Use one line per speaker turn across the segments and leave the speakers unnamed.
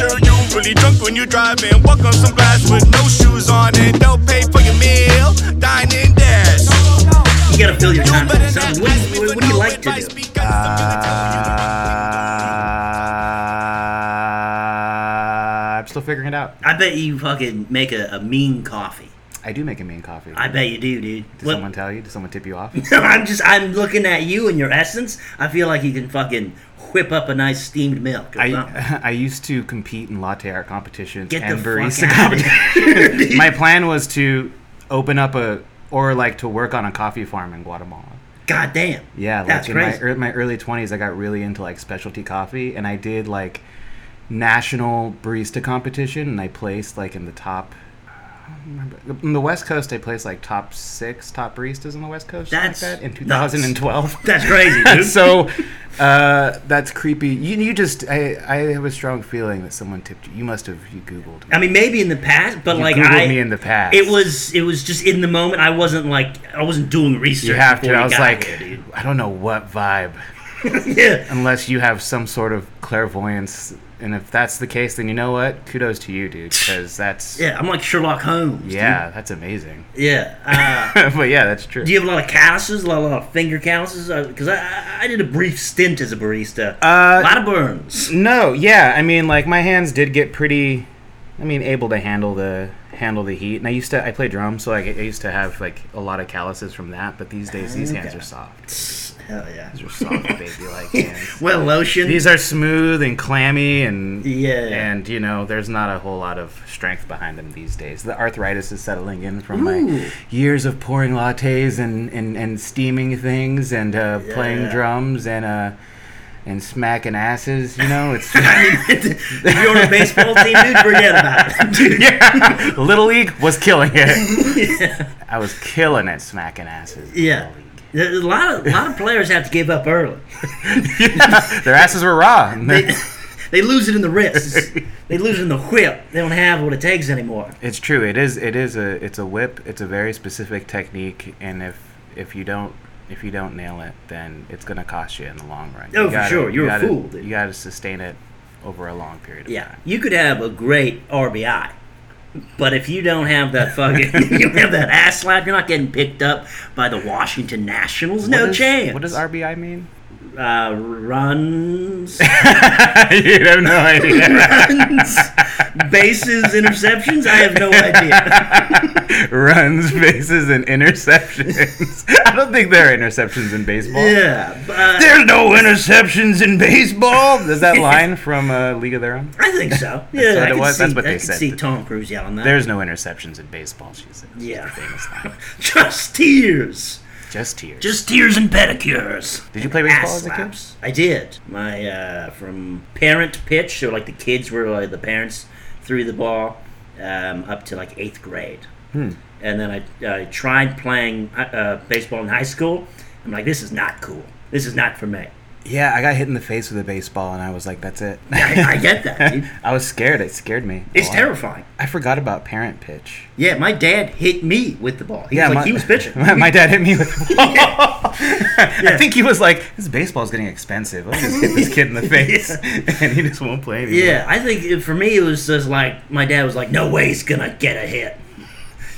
Really drunk when you driving. Walk on some glass with no shoes on and don't pay for your meal. Dine and dash.
You gotta fill your time. with something. What do you, what do you like to do?
Uh, I'm still figuring it out.
I bet you fucking make a, a mean coffee.
I do make a mean coffee.
I bet you do, dude.
Did
What-
someone tell you? Did someone tip you off?
I'm just I'm looking at you and your essence. I feel like you can fucking whip up a nice steamed milk. Or something.
I, I used to compete in latte art competitions
Get
and
the
barista
fuck out of
competitions. My plan was to open up a or like to work on a coffee farm in Guatemala.
God damn.
Yeah, like
that's
in
crazy.
my ear my early twenties, I got really into like specialty coffee, and I did like national barista competition, and I placed like in the top. I don't remember. In the West Coast, I placed like top six top baristas on the West Coast something like
That's
that, in
nuts.
2012.
that's crazy, dude.
so uh, that's creepy. You, you just I, I have a strong feeling that someone tipped you. You must have you googled. Me.
I mean, maybe in the past, but
You
like
Googled
I,
me in the past.
it was it was just in the moment. I wasn't like I wasn't doing research.
you have to.
before we
I was
got
like,
here,
I don't know what vibe,
dude. yeah,
unless you have some sort of clairvoyance. And if that's the case, then you know what? Kudos to you, dude, because that's yeah,
yeah. I'm like Sherlock Holmes. dude.
that's amazing.
yeah. Uh,
but yeah, that's true.
do you have a lot of calluses? A lot, a lot of finger calluses? Because I, I, I did a brief stint as a barista.
Uh,
a lot of burns.
No, yeah, I mean, like my hands did get pretty, I mean, able to handle the handle the heat. And I used to, I play drums, so like, I used to have like a lot of calluses from that. But these days, these hands
Okay.
are soft.
Hell yeah.
These are soft, baby, like hands.
Well, lotion.
These are smooth and clammy, and
Yeah.
and you know, there's not a whole lot of strength behind them these days. The arthritis is settling in from
Ooh.
my years of pouring lattes and and, and steaming things and uh, playing
Yeah.
drums and uh and smacking asses. You know, it's.
if you're on a baseball team, dude, forget about it. Dude.
yeah, Little League was killing it. I was killing it, smacking asses. in
Yeah.
Little League.
A lot of a lot of players have to give up early.
Their asses were raw. and
They,
they're-
they lose it in the wrists. They lose it in the whip. They don't have what it takes anymore.
it's true. It is. It is a. It's a whip. It's a very specific technique, and if if you don't if you don't nail it, then it's gonna cost you in the long run.
Oh,
You
for sure. You're a
gotta-
fool, dude.
You got to sustain it over a long period of
Yeah,
time.
you could have a great RBI, but if you don't have that fucking, you don't have that ass slap, you're not getting picked up by the Washington Nationals.
What
no
does-
chance.
What does RBI mean?
uh, runs?
you have no idea.
runs, bases, interceptions? I have no idea.
Runs, bases, and interceptions. I don't think there are interceptions in baseball.
Yeah, uh,
There's no interceptions in baseball. There's that line from uh, League of Their Own.
I think so. Yeah,
what
I
it
could
was.
see,
That's what
I
they
could
said.
see Tom Cruise yelling that.
There's no interceptions in baseball. She said.
yeah,
Famous line.
just tears,
Just tears.
just tears and pedicures.
Did you play
Ass
baseball as a kid?
slaps. I did. My uh, from parent pitch, so like the kids were like the parents threw the ball um, up to like eighth grade,
Hmm.
and then I, I tried playing uh, uh, baseball in high school. I'm like, this is not cool. This is not for me.
Yeah, I got hit in the face with a baseball, and I was like, "That's it."
I, I get that. Dude.
I was scared. It scared me. a
It's
lot.
terrifying.
I forgot about parent pitch.
Yeah, my dad hit me with the ball. He was like, he was pitching.
My, my dad hit me with a ball. I think he was like, "This baseball's getting expensive. Let's just hit this kid in the face," and he just won't play anymore.
Yeah, I think it, for me it was just like my dad was like, "No way he's gonna get a hit."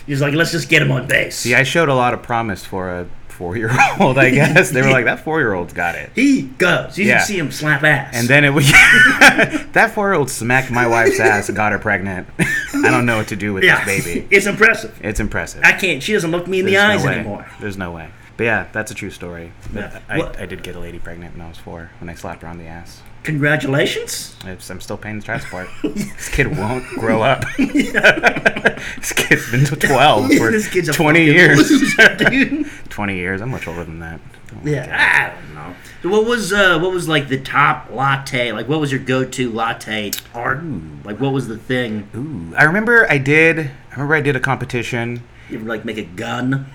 He's like, "Let's just get him on base."
Yeah, I showed a lot of promise for a four-year-old. I guess they were like, "That four-year-old's got it."
he goes. You
Yeah.
should see him slap ass.
And then it was that four-year-old smacked my wife's ass and got her pregnant. I don't know what to do with
yeah,
this baby.
it's impressive.
It's impressive.
I can't. She doesn't look me in the
There's
eyes
no way.
anymore.
There's no way. But yeah, that's a true story. But
Yeah.
I,
What-
I did get a lady pregnant when I was four when I slapped her on the ass.
Congratulations.
I'm s- I'm still paying the child support. this kid won't grow up. this kid's been to 12 for
this kid's a
20
fucking
years.
loser, dude.
20 years. I'm much older than that. Oh my God.
Yeah, I don't know. So what was uh, what was like the top latte? Like, what was your go-to latte art? Like, what was the thing?
Ooh, I remember I did. I remember I did a competition.
You ever, like make a gun?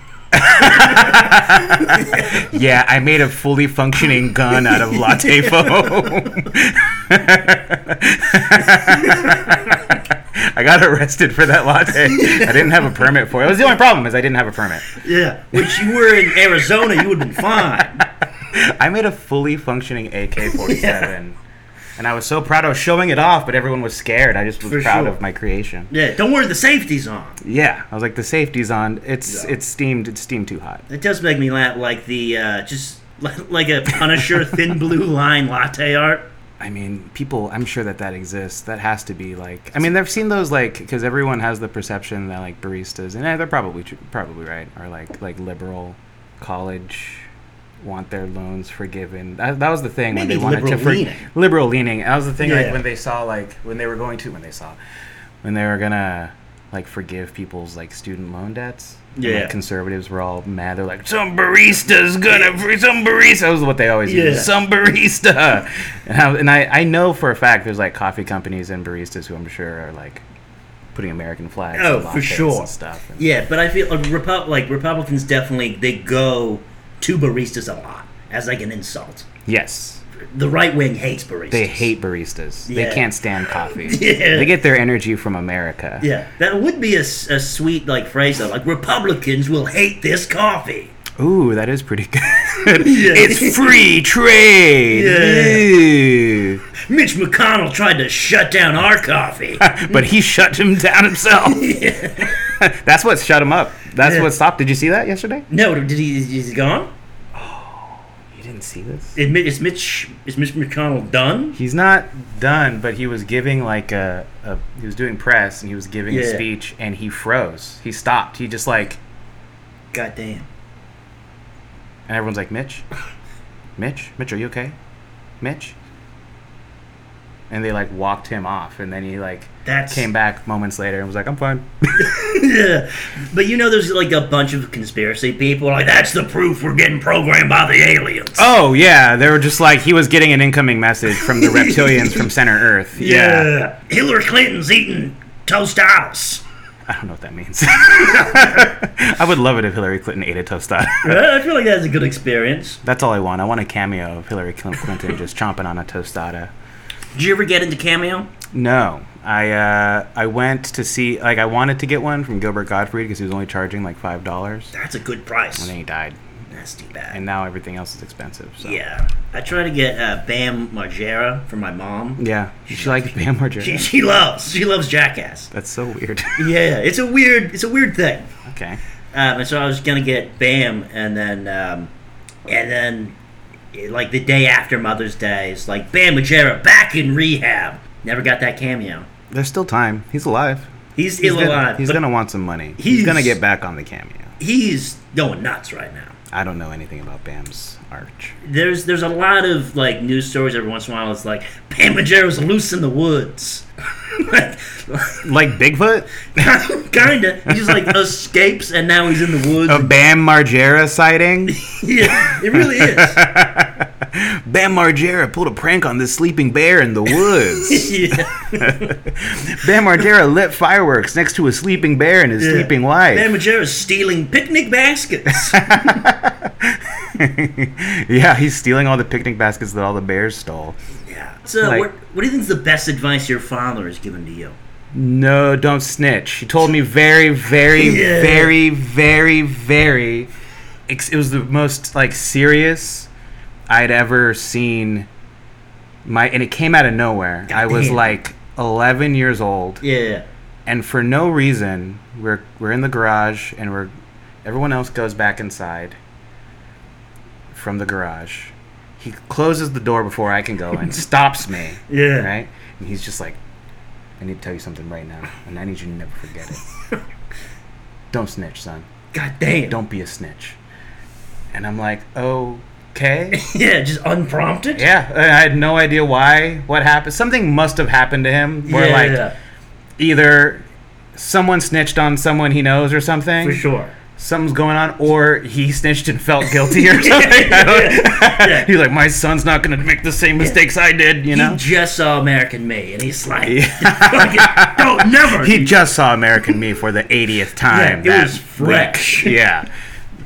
Yeah, I made a fully fonctioning gun out of latte foam. I got arrested for that latte. I didn't have a permit for it. It was the only problem is I didn't have a permit.
Yeah. Which you were in Arizona, you would have been fine.
I made a fully functioning AK-47 And I was so proud. I was showing it off, but everyone was scared. I just was
For
proud
sure.
of my creation.
Yeah, don't worry, the safety's on.
Yeah, I was like, the safety's on. It's
Yeah.
it's steamed. It's steamed too hot.
It does make me laugh, like the uh, just like, like a Punisher thin blue line latte art.
I mean, people. I'm sure that that exists. That has to be like. I mean, they've seen those like because everyone has the perception that like baristas, and eh, they're probably tr- probably right, are like like liberal college want their loans forgiven. That, that was the thing when
Maybe
they wanted to for,
liberal-leaning.
liberal leaning. That was the thing like
Yeah.
when they saw like when they were going to when they saw when they were gonna like forgive people's like student loan debts. And, like,
Yeah.
conservatives were all mad. They're like, some barista's gonna free some barista. That was what they always
Yeah.
use. Some barista. And, I, and I, I know for a fact there's like coffee companies and baristas who I'm sure are like putting American flags.
Oh,
on
for
lattes
sure.
And stuff. And-
Yeah, but I feel like, Repu- like Republicans definitely they go to baristas a lot as like an insult.
Yes.
The right wing hates baristas.
They hate baristas.
Yeah.
They can't stand coffee.
Yeah.
They get their energy from America.
Yeah, that would be a, s- a sweet like phrase though. Like Republicans will hate this coffee.
Ooh, that is pretty good. It's free trade. Ooh.
Mitch McConnell tried to shut down our coffee.
but he shut him down himself. That's what shut him up. That's
Yeah.
what stopped. Did you see that yesterday?
no, did he? Is he gone?
You didn't see this.
Is Mi- is Mitch is Mitch McConnell done?
He's not done, but he was giving like a, a he was doing press and he was giving a
Yeah.
speech and he froze. He stopped. He just like
Goddamn.
and everyone's like Mitch, Mitch, Mitch, are you okay, Mitch? And they like walked him off, and then he like
That's-
came back moments later and was like, "I'm fine."
Yeah, but you know, there's like a bunch of conspiracy people like that's the proof we're getting programmed by the aliens.
Oh yeah, they were just like he was getting an incoming message from the reptilians from Center Earth.
Hillary Clinton's eating tostados.
I don't know what that means. I would love it if Hillary Clinton ate a tostada.
Uh, I feel like that's a good experience.
That's all I want. I want a cameo of Hillary Cl- Clinton just chomping on a tostada.
Did you ever get into Cameo?
No, I uh, I went to see like I wanted to get one from Gilbert Gottfried because he was only charging like five dollars,
That's a good price.
and then he died,
That's too bad.
and now everything else is expensive. So.
Yeah, I tried to get uh, Bam Margera from my mom.
yeah. She likes Bam
She,
Margera.
she loves she loves Jackass.
That's so weird.
Yeah, it's a weird it's a weird thing.
okay.
Um, and so I was gonna get Bam, and then um, and then eh, like the day after Mother's Day, it's like Bam Majera back in rehab. Never got that cameo.
There's still time. He's alive.
He's,
He's
ill
gonna,
alive.
He's
but
gonna want some money. He's,
He's-
gonna get back on the cameo.
he's going nuts right now.
I don't know anything about Bam's arch.
There's there's a lot of like news stories every once in a while. It's like Bam Majera's loose in the woods. like,
Like Bigfoot,
kinda. He just like escapes, and now he's in the woods.
a Bam Margera sighting.
yeah, it really is.
Bam Margera pulled a prank on this sleeping bear in the woods.
yeah.
Bam Margera lit fireworks next to a sleeping bear and his sleeping
Bam
wife.
Majera's stealing picnic baskets.
yeah, he's stealing all the picnic baskets that all the bears stole.
Yeah. So,
Like-
what, what do you think is the best advice your father has given to you?
No, don't snitch. He told me very, very,
Yeah.
very, very, very. Ex- it was the most like serious I'd ever seen. My and it came out of nowhere. I was
Goddamn.
like 11 years old.
Yeah.
and for no reason we're we're in the garage and we're everyone else goes back inside from the garage he closes the door before i can go and stops me
Yeah.
right and he's just like i need to tell you something right now and i need you to never forget it don't snitch son
God damn.
don't be a snitch and i'm like okay
Yeah, just unprompted.
yeah and i had no idea why what happened something must have happened to him where
yeah,
like
yeah,
either someone snitched on someone he knows or something.
for sure.
Something's going on, or he snitched and felt guilty or something. I don't-
yeah.
He's like, my son's not going to make the same mistakes I did, you know?
He just saw American Me, and he's like,
Yeah.
fucking, don't never.
He just saw American Me for the 80th time.
Yeah, it
that
was fresh.
week. yeah.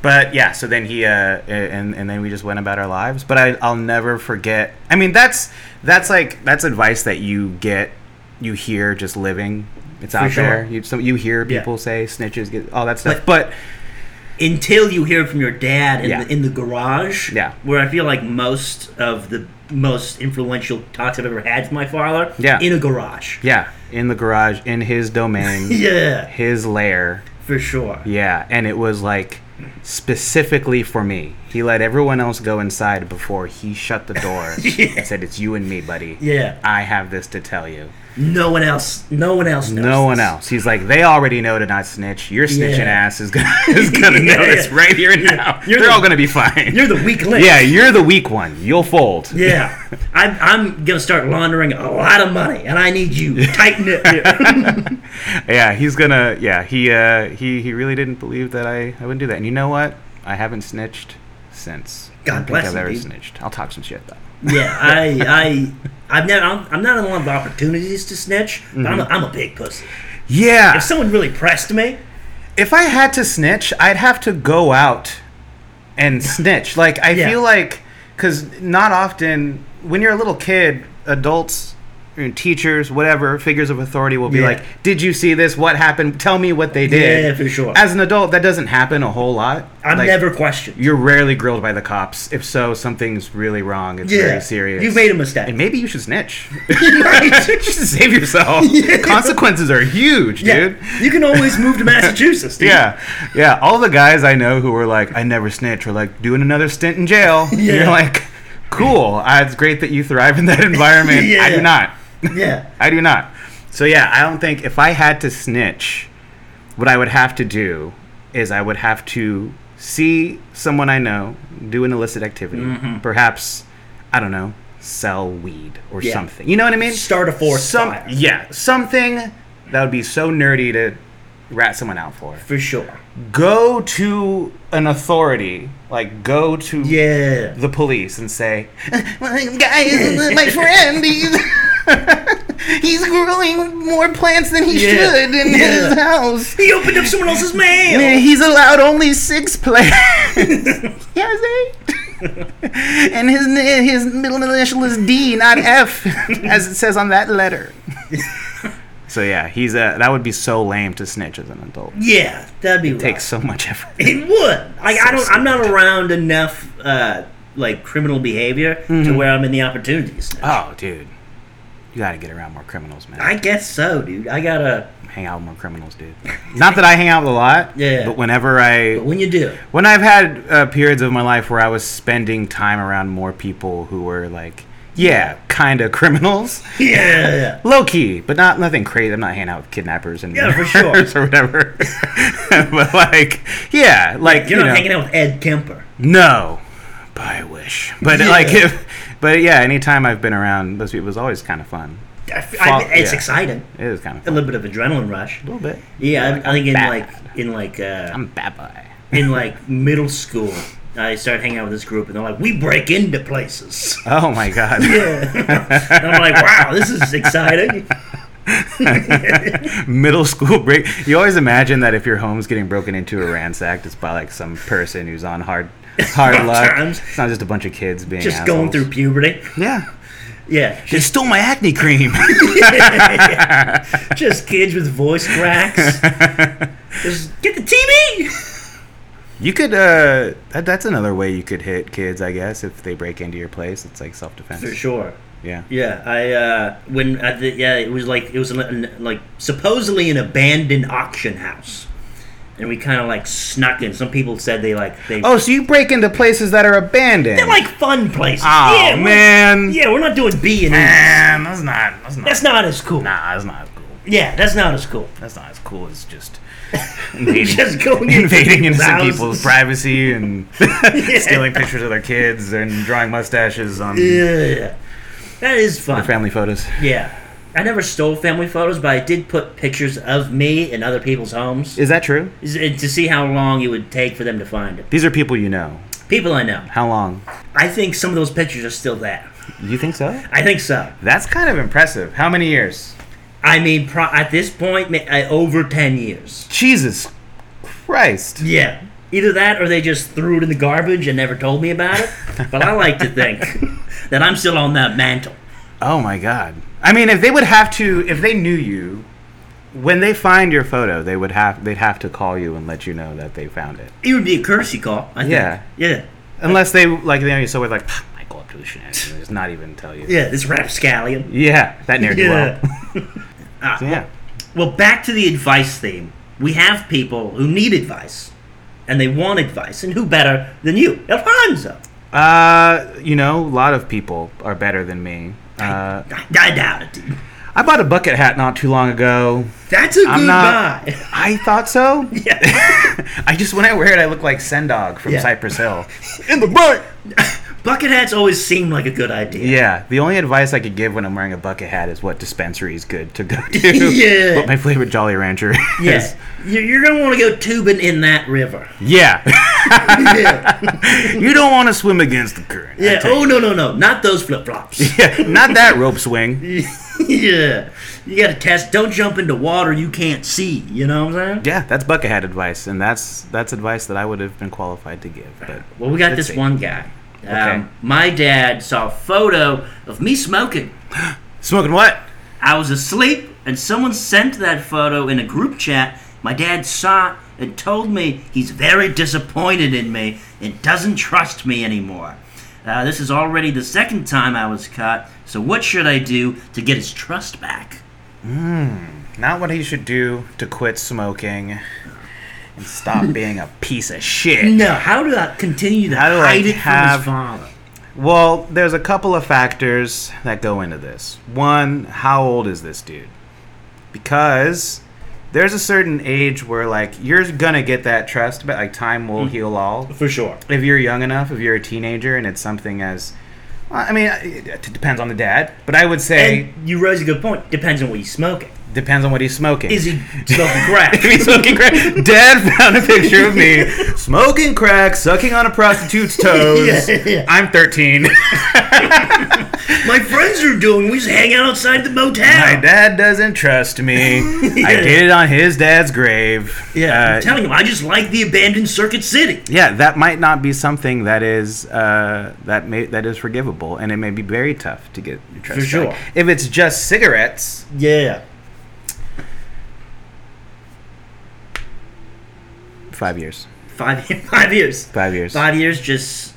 But yeah, so then he uh, and and then we just went about our lives. But I I'll never forget. I mean, that's that's like that's advice that you get, you hear just living. It's out
sure.
there. You so you hear
Yeah.
people say snitches get all that stuff. But,
until you hear it from your dad in,
Yeah.
the, in the garage.
Yeah.
Where I feel like most of the most influential talks I've ever had from my father.
Yeah.
In a garage.
Yeah, in the garage, in his domain,
Yeah,
his lair.
for sure.
Yeah, and it was like specifically for me. He let everyone else go inside before he shut the door and said, "It's you and me, buddy.
Yeah.
I have this to tell you.
No one else. No one else. Knows
No one
this.
else." He's like, "They already know to not snitch. Your snitching
Yeah.
ass is gonna is gonna
Yeah,
know this
yeah.
right here and now.
You're
They're
the-
all gonna be fine.
You're the weak link.
yeah, you're the weak one. You'll fold.
Yeah, I'm, I'm gonna start laundering a lot of money, and I need you tighten it.
yeah, he's gonna. Yeah, he uh, he he really didn't believe that I I wouldn't do that. And you know what? I haven't snitched since.
God
I don't
bless
think I've
him,
ever
dude.
snitched. I'll talk some shit though.
yeah, I, I, I've never, I'm, I'm not in a lot of opportunities to snitch, but I'm, a,
Mm-hmm.
I'm a big pussy.
Yeah.
If someone really pressed me,
if I had to snitch, I'd have to go out and snitch. Like I
Yeah.
feel like because not often when you're a little kid, adults. you know, Teachers, whatever figures of authority will be
Yeah.
like, "Did you see this? What happened? Tell me what they did."
Yeah, for sure.
As an adult, that doesn't happen a whole lot.
I'm
Like,
never questioned.
You're rarely grilled by the cops. If so, something's really wrong. It's
Yeah,
very serious.
You've made a mistake.
and maybe you should snitch.
Right?
Just to save yourself. Consequences are huge, dude.
yeah, you can always move to Massachusetts. Dude.
Yeah, yeah. All the guys I know who were like, "I never snitch," or like doing another stint in jail.
Yeah.
You're like, "Cool. Uh, it's great that you thrive in that environment. I
Yeah.
do not.
yeah,
I do not." So yeah, I don't think if I had to snitch, what I would have to do is I would have to see someone I know do an illicit activity,
Mm-hmm.
perhaps I don't know, sell weed or
Yeah.
something. You know what I mean?
Start a forest
Some-
fire.
Yeah, something that would be so nerdy to rat someone out for
for sure.
go to an authority, like go to
Yeah,
the police and say, "Guys, my friend, he's, he's growing more plants than he
Yeah.
should in
Yeah.
his house.
he opened up someone else's
And
mail.
He's allowed only six plants. he has eight. and his na- his middle initial is D, not F, as it says on that letter." So yeah, he's uh, that would be so lame to snitch as an adult.
Yeah, that'd be rough.
Takes so much effort.
It would. Like I don't. I'm not around enough uh, like criminal behavior
Mm-hmm.
to where I'm in the opportunities. Now.
Oh, dude. You gotta get around more criminals, man.
I guess so, dude. I gotta.
hang out with more criminals, dude. Not that I hang out with a lot.
Yeah.
But whenever I,
But when you do,
when I've had uh, periods of my life where I was spending time around more people who were like, yeah, kind of criminals,
yeah,
low key, but not nothing crazy. I'm not hanging out with kidnappers and
Yeah, for sure.
murderers or whatever. but like, yeah, like
you're
you
not
know,
hanging out with Ed Kemper.
No, but I wish. But
Yeah.
like, if, but yeah, anytime I've been around those people, it's always kind of fun.
I f I
Fuck,
it's
yeah.
exciting.
It is kind of
A
fun.
little bit of adrenaline rush.
A little bit.
Yeah, I, I think in
bad.
like in like uh,
I'm a bad boy.
in like middle school, I started hanging out with this group, and they're like, "We break into places."
Oh my god.
Yeah, and I'm like, "Wow, this is exciting."
Middle school break. You always imagine that if your home's getting broken into or ransacked, it's by like some person who's on hard hard luck.
Sometimes.
It's not just a bunch of kids being
Just going
assholes.
through puberty.
Yeah.
Yeah,
They stole my acne cream.
just kids with voice cracks. just get the TV.
you could uh that, that's another way you could hit kids, I guess, if they break into your place. It's like self defense.
For sure.
Yeah.
Yeah, I uh, when at the, yeah, it was like it was an, an, like supposedly an abandoned auction house, and we kind of like snuck in. Some people said they like they
Oh, so you break into places that are abandoned.
they're like fun places.
oh
yeah, we're-
man.
yeah, we're not doing B and E.
Man, that's not that's not
That's not as cool.
nah, that's not cool.
Yeah, that's not as cool.
That's not as cool as just invading,
Just going into
invading
people's
innocent
houses.
people's privacy and stealing pictures of their kids and drawing mustaches on
Yeah, that is fun.
family photos.
Yeah. I never stole family photos, but I did put pictures of me in other people's homes
Is that true?
is- to see how long it would take for them to find it.
These are people you know.
People I know.
How long?
I think some of those pictures are still there.
You think so?
I think so.
That's kind of impressive. How many years?
I mean, pro- at this point, ma- I, over 10 years.
Jesus Christ.
Yeah. Either that or they just threw it in the garbage and never told me about it. But I like to think that I'm still on that mantle.
Oh my God. I mean, if they would have to, if they knew you When they find your photo, they would have they'd have to call you and let you know that they found it.
It would be a courtesy call. I think.
Yeah.
Yeah.
Unless they like they are so with like Michael up to the shenanigans, and just not even tell you.
Yeah. This rapscallion.
Yeah, that near do well.
Ah,
So, yeah.
Well, back to the advice theme. We have people who need advice, and they want advice, and who better than you, Alfonso?
Uh, you know, a lot of people are better than me. Uh,
I, I doubt it, dude.
I bought a bucket hat not too long ago.
That's a
I'm
good
not-
buy.
I thought so.
yeah.
I just when I wear it, I look like Sendog from
Yeah.
Cypress Hill. In the butt.
Bucket hats always seem like a good idea.
Yeah, the only advice I could give when I'm wearing a bucket hat is what dispensary is good to go to.
Yeah.
What my favorite Jolly Rancher.
Yes. You're, you're gonna want to go tubing in that river.
Yeah.
yeah.
you don't want to swim against the current. I
Yeah.
tell
Oh no no no! Not those flip flops.
you. Not that rope swing.
yeah. You gotta test. Don't jump into water you can't see. You know what I'm saying?
Yeah, that's bucket hat advice, and that's that's advice that I would have been qualified to give. But
Well, we got
Let's
this
see.
one guy. Um,
Okay.
My dad saw a photo of me smoking.
smoking what?
I was asleep, and someone sent that photo in a group chat. My dad saw it and told me he's very disappointed in me and doesn't trust me anymore. Uh, this is already the second time I was caught, so what should I do to get his trust back?
Not what he should do to quit smoking and stop being a piece of shit.
No, how do I continue to
How do I
hide it
have-
from his father?
Well, there's a couple of factors that go into this. One, how old is this dude? Because there's a certain age where like you're gonna get that trust, but like time will
Mm.
heal all.
For sure.
If you're young enough, if you're a teenager, and it's something as, well, I mean, it it depends on the dad, but I would say
And you raise a good point. Depends on what he's smoking.
depends on what he's smoking.
Is he smoking crack?
If he's smoking crack. Dad found a picture of me smoking crack, sucking on a prostitute's toes.
Yeah, yeah.
I'm 13.
My friends are doing. We just hang out outside the motel.
My dad doesn't trust me. I did it on his dad's grave.
Yeah,
Uh,
I'm telling you, I just like the abandoned Circuit City.
yeah, that might not be something that is uh, that may that is forgivable, and it may be very tough to get your trust
For sure.
back. If it's just cigarettes,
Yeah.
five years,
Five five years.
five years.
Five years. Just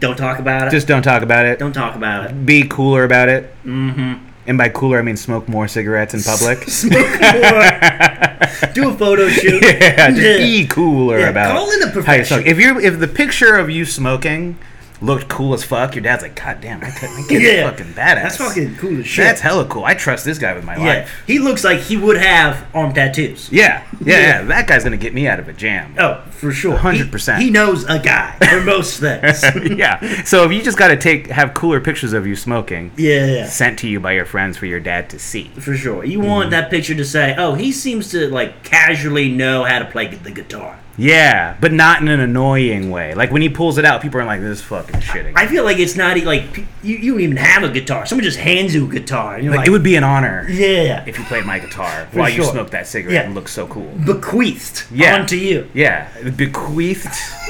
don't talk about it.
Just don't talk about it.
don't talk about it.
Be cooler about it. Mm-hmm. And by cooler, I mean smoke more cigarettes in public.
Smoke more. Do a photo shoot.
yeah, just be cooler
Yeah,
about
call in a
how you smoke.
professional.
If you if the picture of you smoking looked cool as fuck, your dad's like, God damn, I could, my kid's
Yeah.
fucking badass.
That's fucking cool as shit.
That's hella cool. I trust this guy with my
yeah.
life.
He looks like he would have arm tattoos.
Yeah. yeah,
Yeah.
yeah, That guy's gonna get me out of a jam.
Oh, for sure.
100%.
He, he knows a guy for most things.
yeah. So if you just gotta take have cooler pictures of you smoking
yeah.
sent to you by your friends for your dad to see.
For sure. You want
Mm-hmm.
that picture to say, oh, he seems to, like, casually know how to play the guitar.
Yeah, but not in an annoying way. Like when he pulls it out, people are like, "This is fucking shitting."
I feel like it's not, e- like, p- you, you don't even have a guitar. Someone just hands you a guitar. And you're
like,
like,
it would be an honor
yeah.
if you played my guitar while you
sure.
smoked that cigarette
Yeah.
and looked so cool.
Bequeathed
Yeah.
onto you.
Yeah, bequeathed.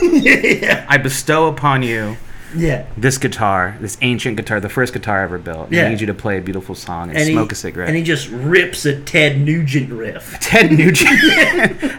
yeah.
I bestow upon you
Yeah.
this guitar, this ancient guitar, the first guitar ever built.
Yeah.
I need you to play a beautiful song and,
And
smoke
he,
a cigarette.
And he just rips a Ted Nugent riff.
Ted Nugent.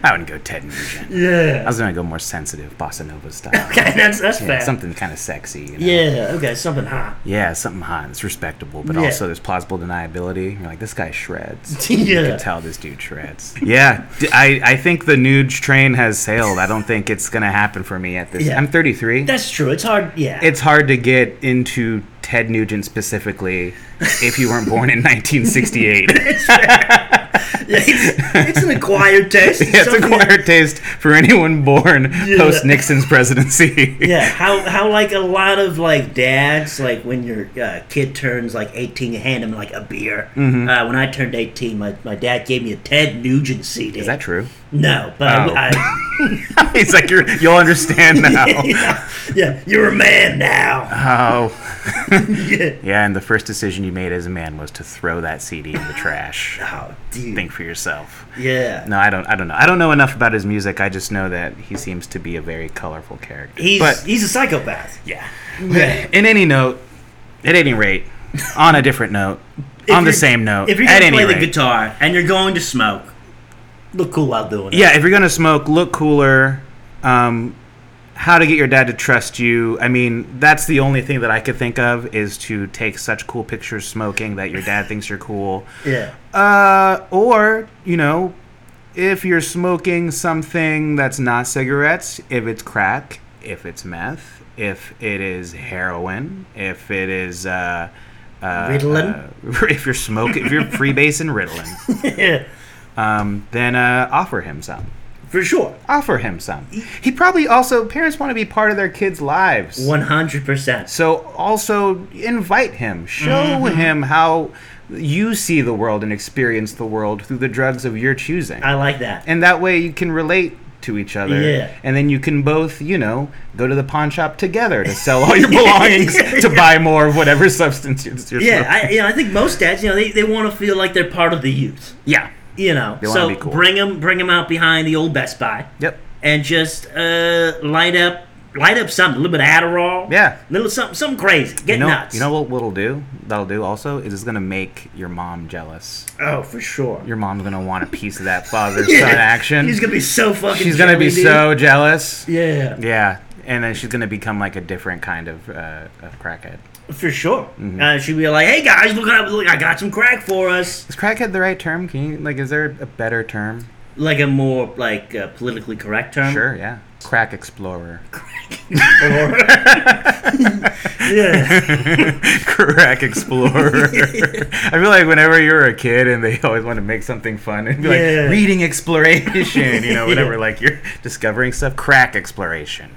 I wouldn't go Ted Nugent. I
Yeah.
was gonna go more sensitive, bossa nova style.
Okay, that's, that's
Yeah,
fair.
something kind of sexy. You know?
Yeah, okay, something hot.
Yeah, something hot. It's respectable, but
Yeah.
also there's plausible deniability. You're like, this guy shreds. You
yeah.
can tell this dude shreds. Yeah, d- I, I think the Nuge train has sailed. I don't think it's gonna happen for me at this.
Yeah.
I'm 33.
That's true. It's hard. Yeah.
it's hard to get into Ted Nugent specifically if you weren't born in 1968.
Yeah, it's, it's an acquired taste. It's
it's
something-
acquired taste for anyone born post Nixon's presidency.
Yeah, how how like a lot of like dads like when your uh, kid turns like eighteen, you hand him like a beer.
Mm-hmm.
Uh, when I turned eighteen, my, my dad gave me a Ted Nugent CD.
Is that true?
No, but
Oh.
I, I
He's like, You're, you'll understand now.
yeah, yeah, you're a man now.
Oh.
Yeah.
Yeah, and the first decision you made as a man was to throw that CD in the trash.
Oh, dude.
Think for yourself.
Yeah,
No, I don't. I don't know. I don't know enough about his music. I just know that he seems to be a very colorful character.
he's
but
he's a psychopath.
yeah.
Yeah.
In any note, at any rate, on a different note, on the
you're-
same note,
If you're
at
gonna
any
play
rate,
the guitar and you're going to smoke, Look cool while doing it.
yeah, if you're gonna smoke, look cooler. Um, how to get your dad to trust you. I mean, that's the only thing that I could think of is to take such cool pictures smoking that your dad thinks you're cool.
Yeah.
Uh, or you know, if you're smoking something that's not cigarettes, if it's crack, if it's meth, if it is heroin, if it is uh, uh,
Ritalin?
uh, if you're smoking, if you're freebasing Ritalin,
yeah.
um, then uh, offer him some.
For sure.
Offer him some. He probably also parents want to be part of their kids' lives.
100%.
So also invite him, show him how you see the world and experience the world through the drugs of your choosing.
I like that.
and that way you can relate to each other.
Yeah.
And then you can both, you know, go to the pawn shop together to sell all your belongings to buy more of whatever substance you're, you're
Yeah,
smoking.
I, you know, I think most dads, you know, they, they want to feel like they're part of the youth.
yeah.
You know,
They wanna
so
be cool.
bring them bring them out behind the old Best Buy.
Yep.
and just uh, light up light up something, a little bit of Adderall.
Yeah.
Little something something crazy. Get
You know,
nuts.
you know what what'll do? That'll do also is it's gonna make your mom jealous.
Oh, for sure.
Your mom's gonna want a piece of that father son
Yeah.
action.
He's gonna be so fucking
She's gonna be
jelly, dude.
so jealous.
Yeah.
Yeah, and then she's gonna become like a different kind of uh, of crackhead.
For sure.
Mm-hmm.
Uh, she'll be like, Hey guys, look I, look I got some crack for us.
Is crackhead the right term? Can you like? Is there a better term?
Like a more like uh, politically correct term.
Sure, yeah. Crack explorer.
Or- yeah.
crack explorer. I feel like whenever you were a kid and they always want to make something fun and be like
Yeah.
reading exploration, you know, whatever. Like you're discovering stuff. Crack exploration.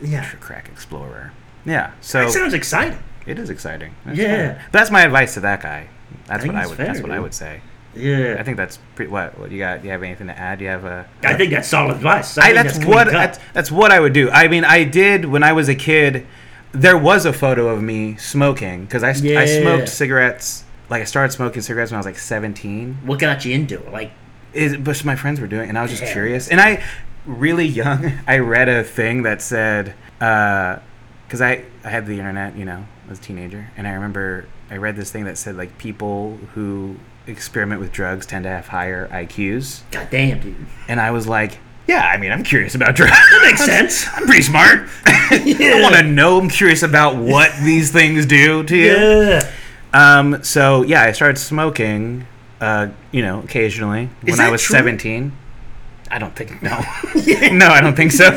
Yeah.
Crack explorer. Yeah. So
That sounds exciting.
it is exciting. That's
Yeah.
fun. That's my advice to that guy. That's
think
what I
it's
would.
fair,
that's what I
dude.
would say.
Yeah.
I think that's pretty. What, what you got? You have anything to add? You have a.
I think that's solid advice. I
I,
think
that's
clean
what
cut.
that's, that's what I would do. I mean, I did when I was a kid. There was a photo of me smoking because I, st- I
Yeah.
smoked cigarettes. Like I started smoking cigarettes when I was like seventeen.
what got you into it? Like
It, but my friends were doing, it, and I was just
Yeah.
curious. And I, really young, I read a thing that said, because I I had the internet, you know, as a teenager, and I remember I read this thing that said like people who experiment with drugs tend to have higher IQs.
God damn dude.
And I was like, yeah, I mean, I'm curious about drugs.
Makes sense.
I'm pretty smart. I want to know. I'm curious about what these things do to you.
Yeah.
Um, so yeah, I started smoking, uh, you know, occasionally when I
that
was
true?
17. I don't think no, no, I don't think so.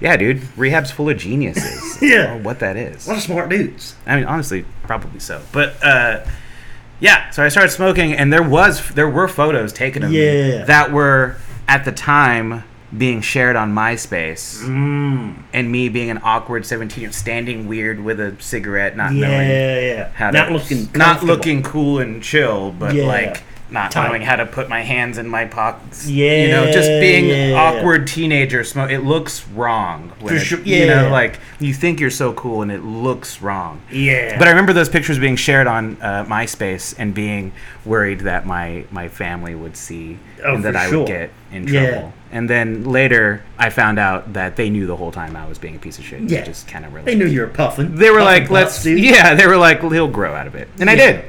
yeah, dude, rehab's full of geniuses. I
Yeah.
don't know what that is?
A lot of smart dudes.
I mean, honestly, probably so. But uh, yeah, so I started smoking, and there was there were photos taken of me
Yeah.
that were at the time being shared on
Mm.
MySpace, and me being an awkward seventeen year old standing weird with a cigarette, not knowing
Yeah,
how
yeah. Not
to,
looking.
not
comfortable.
looking cool and chill, but
Yeah.
like. Not
Tight.
knowing how to put my hands in my pockets, you
Yeah,
know, just being
yeah.
awkward teenager smoke. It looks wrong, when
For
it-
sure,
you know,
yeah.
like you think you're so cool, and it looks wrong.
Yeah.
But I remember those pictures being shared on uh, MySpace and being worried that my, my family would see
Oh,
and that
for
I
sure.
would get in trouble.
Yeah.
And then later, I found out that they knew the whole time I was being a piece of shit.
Yeah.
They just kind of really.
they knew you were puffing.
They were
Puffing
like,
puffs,
let's.
dude.
Yeah, they were like, he'll grow out of it. And I
Yeah.
did.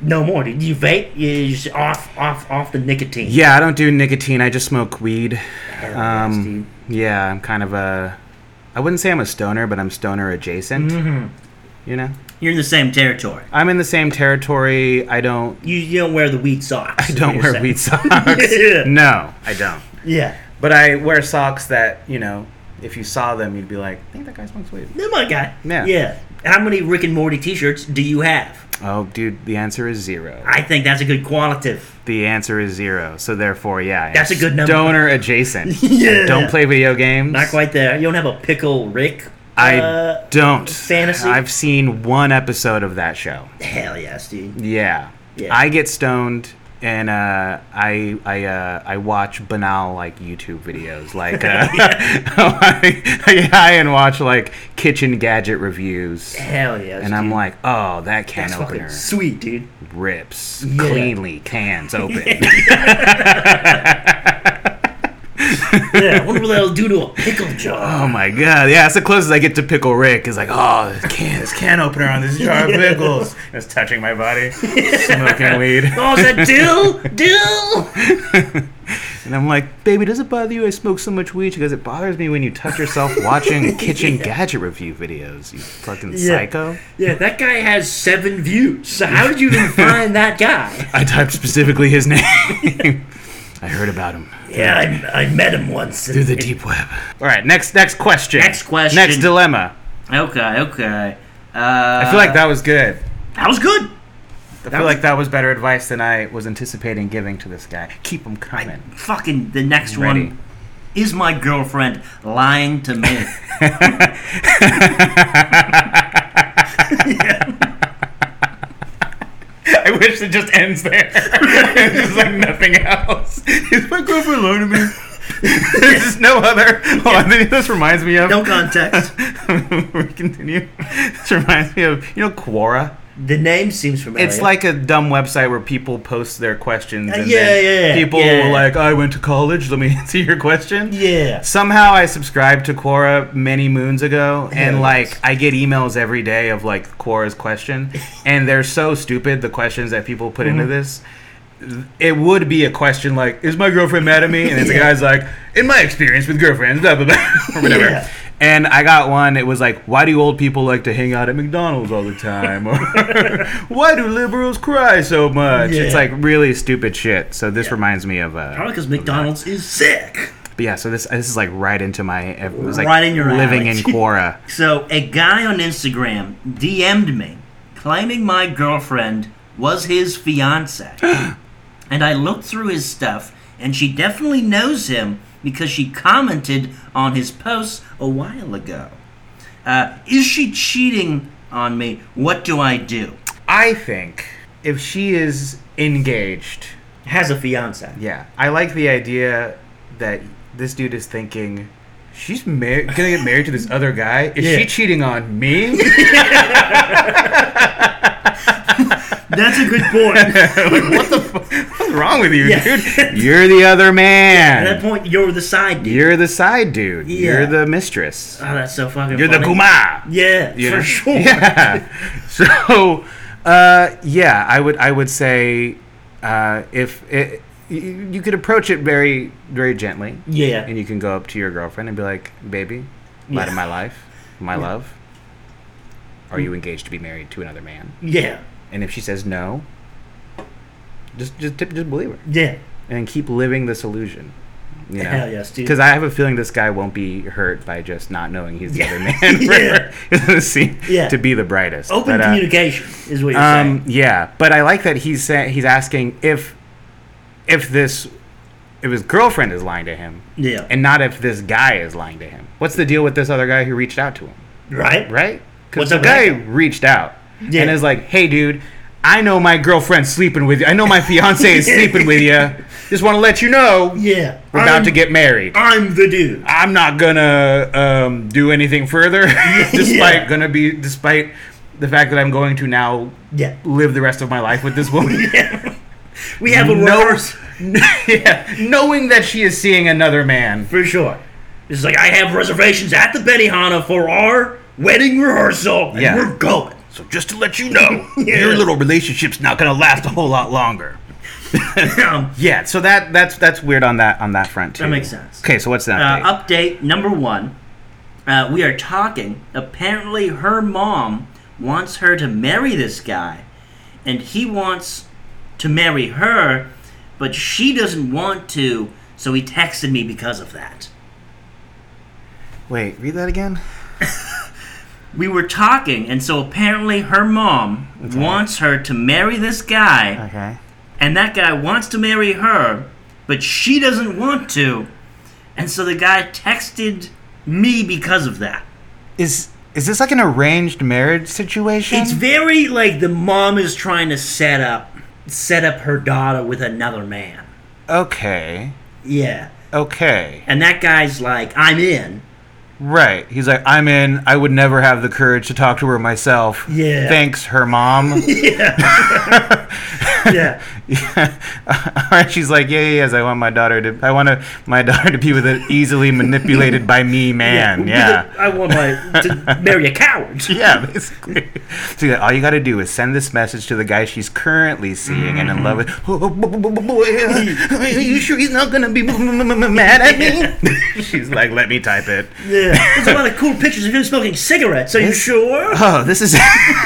No more, dude. You vape. You just off, off, off the nicotine.
Yeah, I don't do nicotine. I just smoke weed.
Heroin,
Um,
dude.
yeah, I'm kind of a. I wouldn't say I'm a stoner, but I'm stoner adjacent.
Mm-hmm.
You know?
You're in the same territory.
I'm in the same territory. I don't
You, you don't wear the weed socks. is what
don't
you're
wear
saying.
weed socks.
Yeah.
No, I don't.
Yeah.
But I wear socks that you know, if you saw them, you'd be like, "I think that guy smokes weed."
No, my guy.
Yeah.
Yeah. How many Rick and Morty T-shirts do you have?
Oh, dude, the answer is zero.
I think that's a good qualitative.
The answer is zero. So therefore, yeah,
That's a good number.
Donor adjacent.
Yeah.
I don't play video games.
Not quite there. You don't have a pickle Rick.
I
Uh,
don't.
fantasy?
I've seen one episode of that show.
hell yes, dude.
Yeah.
Yeah.
I get stoned and uh, I I uh, I watch banal like YouTube videos like uh, I, I I and watch like kitchen gadget reviews
Hell yes.
and I'm
dude.
like oh that can
that's
opener
fucking sweet, dude.
rips
Yeah.
cleanly cans open
Yeah. I wonder what that'll do to a pickle jar.
oh my god yeah that's the closest I get to pickle Rick is like oh this can this can opener on this jar of pickles it's touching my body smoking weed
Oh, is that dill? Dill?
And I'm like, baby, does it bother you I smoke so much weed? She goes, it bothers me when you touch yourself watching kitchen gadget review videos, you fucking
Yeah.
psycho.
Yeah, that guy has seven views. So how did you even find that guy?
I typed specifically his name. I heard about him
Yeah, I, I met him once.
through the deep web. All right, next next question.
Next question.
Next dilemma.
Okay, okay. Uh,
I feel like that was good.
that was good.
I feel like that was better advice than I was anticipating giving to this guy. Keep him coming.
Fucking the next
Ready.
one is my girlfriend lying to me.
I wish it just ends there. it's just like nothing else. Is my girlfriend alone to me? There's just no other. Hold on, this reminds me of.
no context.
we continue. This reminds me of you know Quora.
The name seems familiar.
It's like a dumb website where people post their questions.
Uh,
And
yeah,
then
yeah,
People
yeah.
were like, "I went to college. Let me answer your question."
yeah.
Somehow I subscribed to Quora many moons ago, and
Yes.
like I get emails every day of like Quora's question, and they're so stupid the questions that people put
Mm-hmm.
into this. It would be a question like, "Is my girlfriend mad at me?" And it's a guy's like, "In my experience with girlfriends, blah blah blah," or whatever.
Yeah.
And I got one. It was like, "Why do old people like to hang out at McDonald's all the time?" Or, "Why do liberals cry so much?" It's
Yeah.
like really stupid shit. So this reminds me of uh,
Probably because McDonald's is sick.
but yeah, so this this is like right into my it was like
Right in your
living
alley.
in Quora.
So a guy on Instagram DM'd me claiming my girlfriend was his fiance. and I looked through his stuff and she definitely knows him because she commented on his posts a while ago. Uh, is she cheating on me? What do I do?
I think if she is engaged,
Has a fiance.
yeah, I like the idea that this dude is thinking she's mar- gonna get married to this other guy. Is
Yeah.
she cheating on me?
That's a good point.
what the fu- what's wrong with you,
Yeah.
dude? You're the other
At that
man.
point, you're the side dude.
You're the side dude.
Yeah.
You're the mistress.
Oh, that's so fucking.
You're the
funny.
kuma.
Yeah,
you know?
for sure.
Yeah. So, uh, yeah, I would I would say uh, if it, you, you could approach it very very gently,
Yeah.
and you can go up to your girlfriend and be like, "Baby, light of my life, my love, are you engaged to be married to another man?"
Yeah.
And if she says no, just just tip- just believe her
Yeah.
and keep living this illusion. You know?
Hell yes, dude.
Because I have a feeling this guy won't be hurt by just not knowing he's the
Yeah.
other man.
Yeah.
yeah. See,
Yeah.
To be the brightest.
Open
But, uh,
communication is what you're
Um,
saying.
yeah, but I like that he's saying he's asking if if this if his girlfriend is lying to him
Yeah.
and not if this guy is lying to him. What's the deal with this other guy who reached out to him?
right?
Right?
What's
Because the
up with that
guy reached out
Yeah.
and is like, "Hey, dude." I know my girlfriend's sleeping with you. I know my fiance is sleeping with you. Just want to let you know.
Yeah.
We're
I'm,
about to get married.
I'm the dude.
I'm not gonna um, do anything further, despite gonna be despite the fact that I'm going to now
Yeah.
live the rest of my life with this woman.
We have a
No-
reverse.
yeah, knowing that she is seeing another man.
For sure. It's like, I have reservations at the Benihana for our wedding rehearsal, and
Yeah.
we're going.
So just to let you know,
Yeah.
relationship's not gonna last a whole lot longer.
Um,
Yeah, so that that's that's weird on that on that front too.
That makes sense.
Okay, so what's that?
uh, update number one. Uh, we are talking. Apparently, her mom wants her to marry this guy, and he wants to marry her, but she doesn't want to, so he texted me because of that.
Wait, read that again.
We were talking, and so apparently her mom wants her to marry this guy,
Okay.
and that guy wants to marry her, but she doesn't want to, and so the guy texted me because of that.
Is is this like an arranged marriage situation?
It's very like the mom is trying to set up set up her daughter with another man.
okay.
Yeah.
Okay.
And that guy's like, I'm in.
Right. He's like, I'm in. I would never have the courage to talk to her myself.
Yeah.
Thanks, her mom.
Yeah. yeah.
Yeah. she's like, yeah, yeah, yes, I want my daughter to, I want to, my daughter to be with an easily manipulated by me man. Yeah.
I want my to marry a coward.
Yeah, basically. So yeah, all you got to do is send this message to the guy she's currently seeing and in love with. Oh, Are you sure he's not gonna be mad at me? she's like, let me type it.
Yeah. There's a lot of cool pictures of him smoking cigarettes. Are you sure?
Oh, this is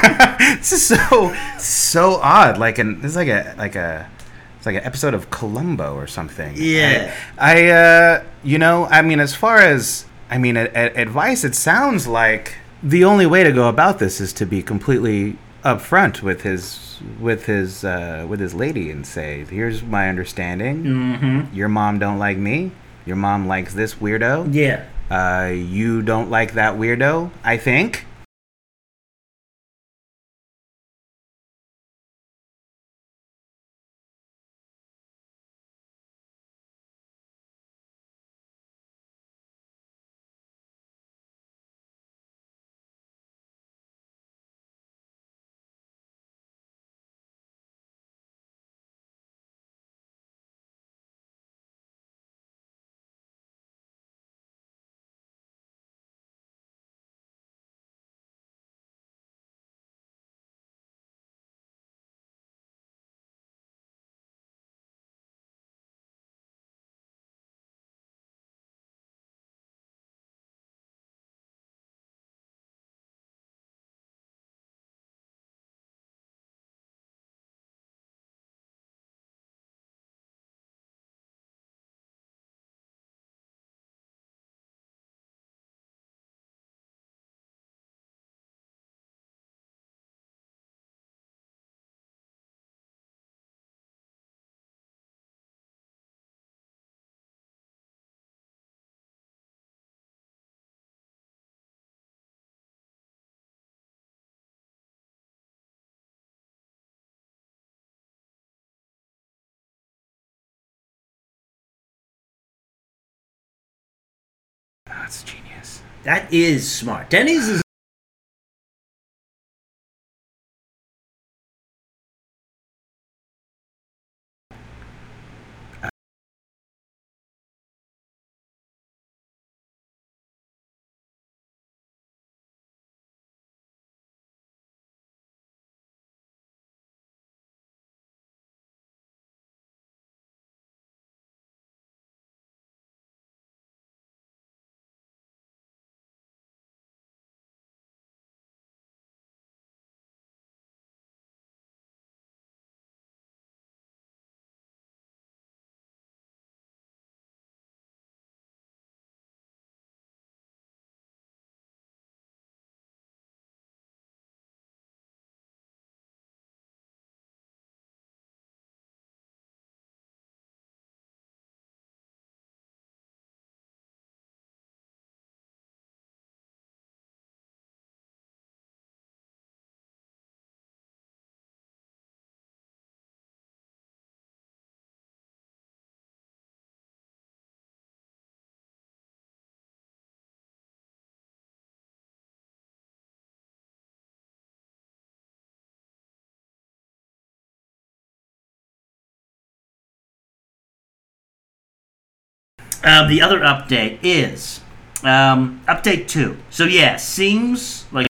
this is so so odd. Like an this is like a like a it's like an episode of Columbo or something.
Yeah.
I, I uh, you know, I mean, as far as I mean, a, a- advice. It sounds like the only way to go about this is to be completely upfront with his with his uh, with his lady and say, "Here's my understanding.
Mm.
Mm-hmm. Your mom don't like me. Your mom likes this weirdo.
Yeah.
Uh, you don't like that weirdo. I think." Oh, That's genius.
That is smart. Denny's is Um, the other update is um, update two. So yeah, seems like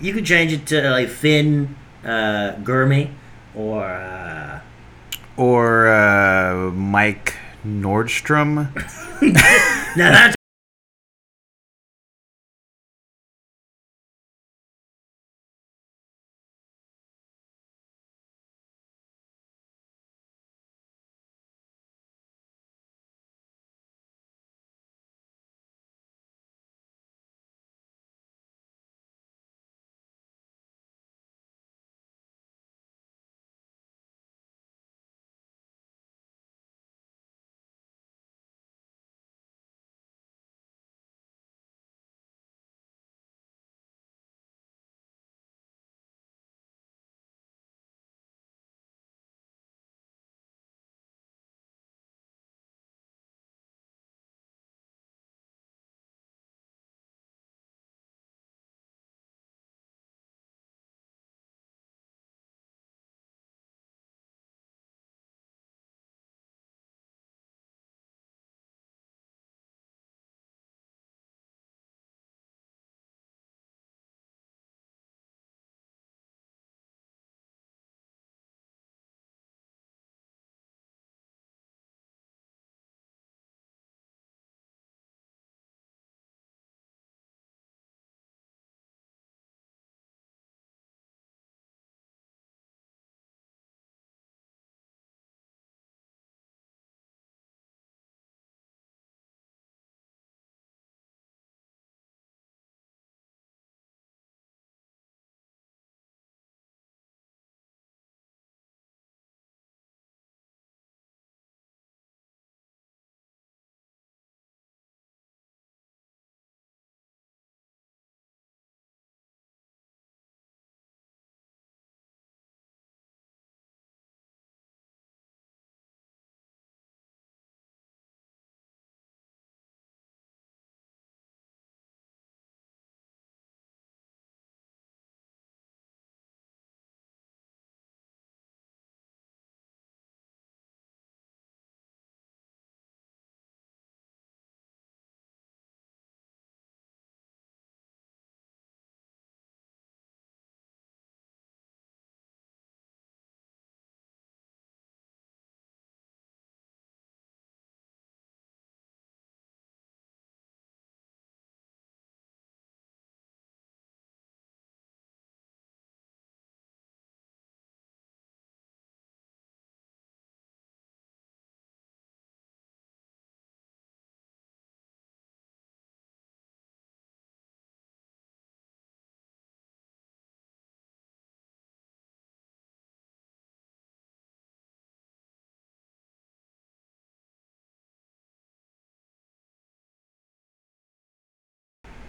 You could change it to like Finn uh, Gurmy or uh,
Or uh, Mike Nordstrom.
now that's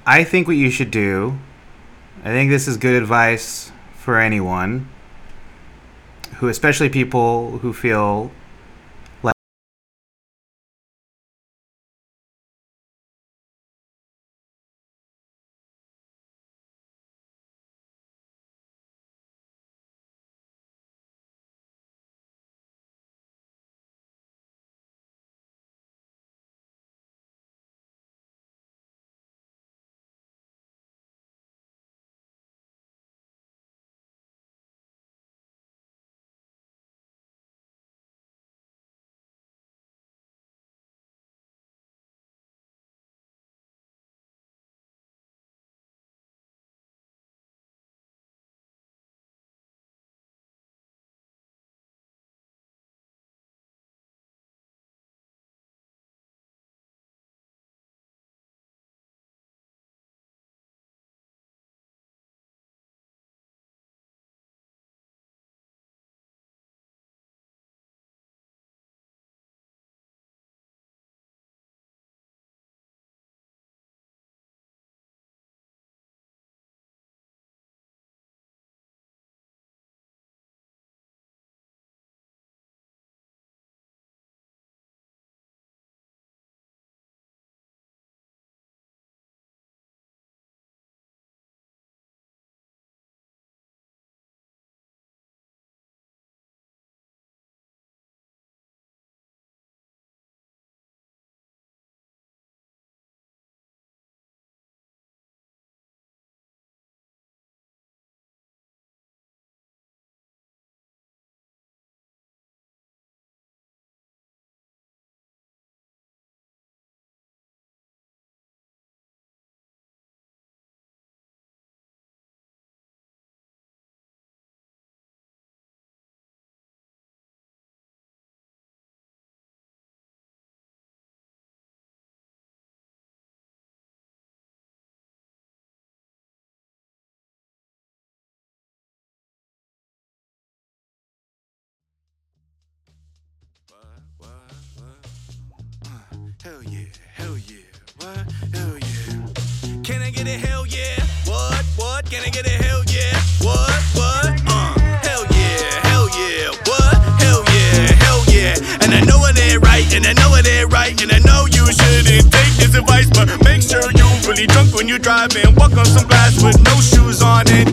I think what you should do, I think this is good advice for anyone, who, especially people who feel like.
Hell yeah, hell yeah, what? Hell yeah. Can I get a hell yeah? What, what? Can I get a hell yeah? What, what? Uh, hell yeah, hell yeah, what? Hell yeah, hell yeah. And I know it ain't right, and I know it ain't right, and I know you shouldn't take this advice, but make sure you really drunk when you drive and walk on some glass with no shoes on and Uh,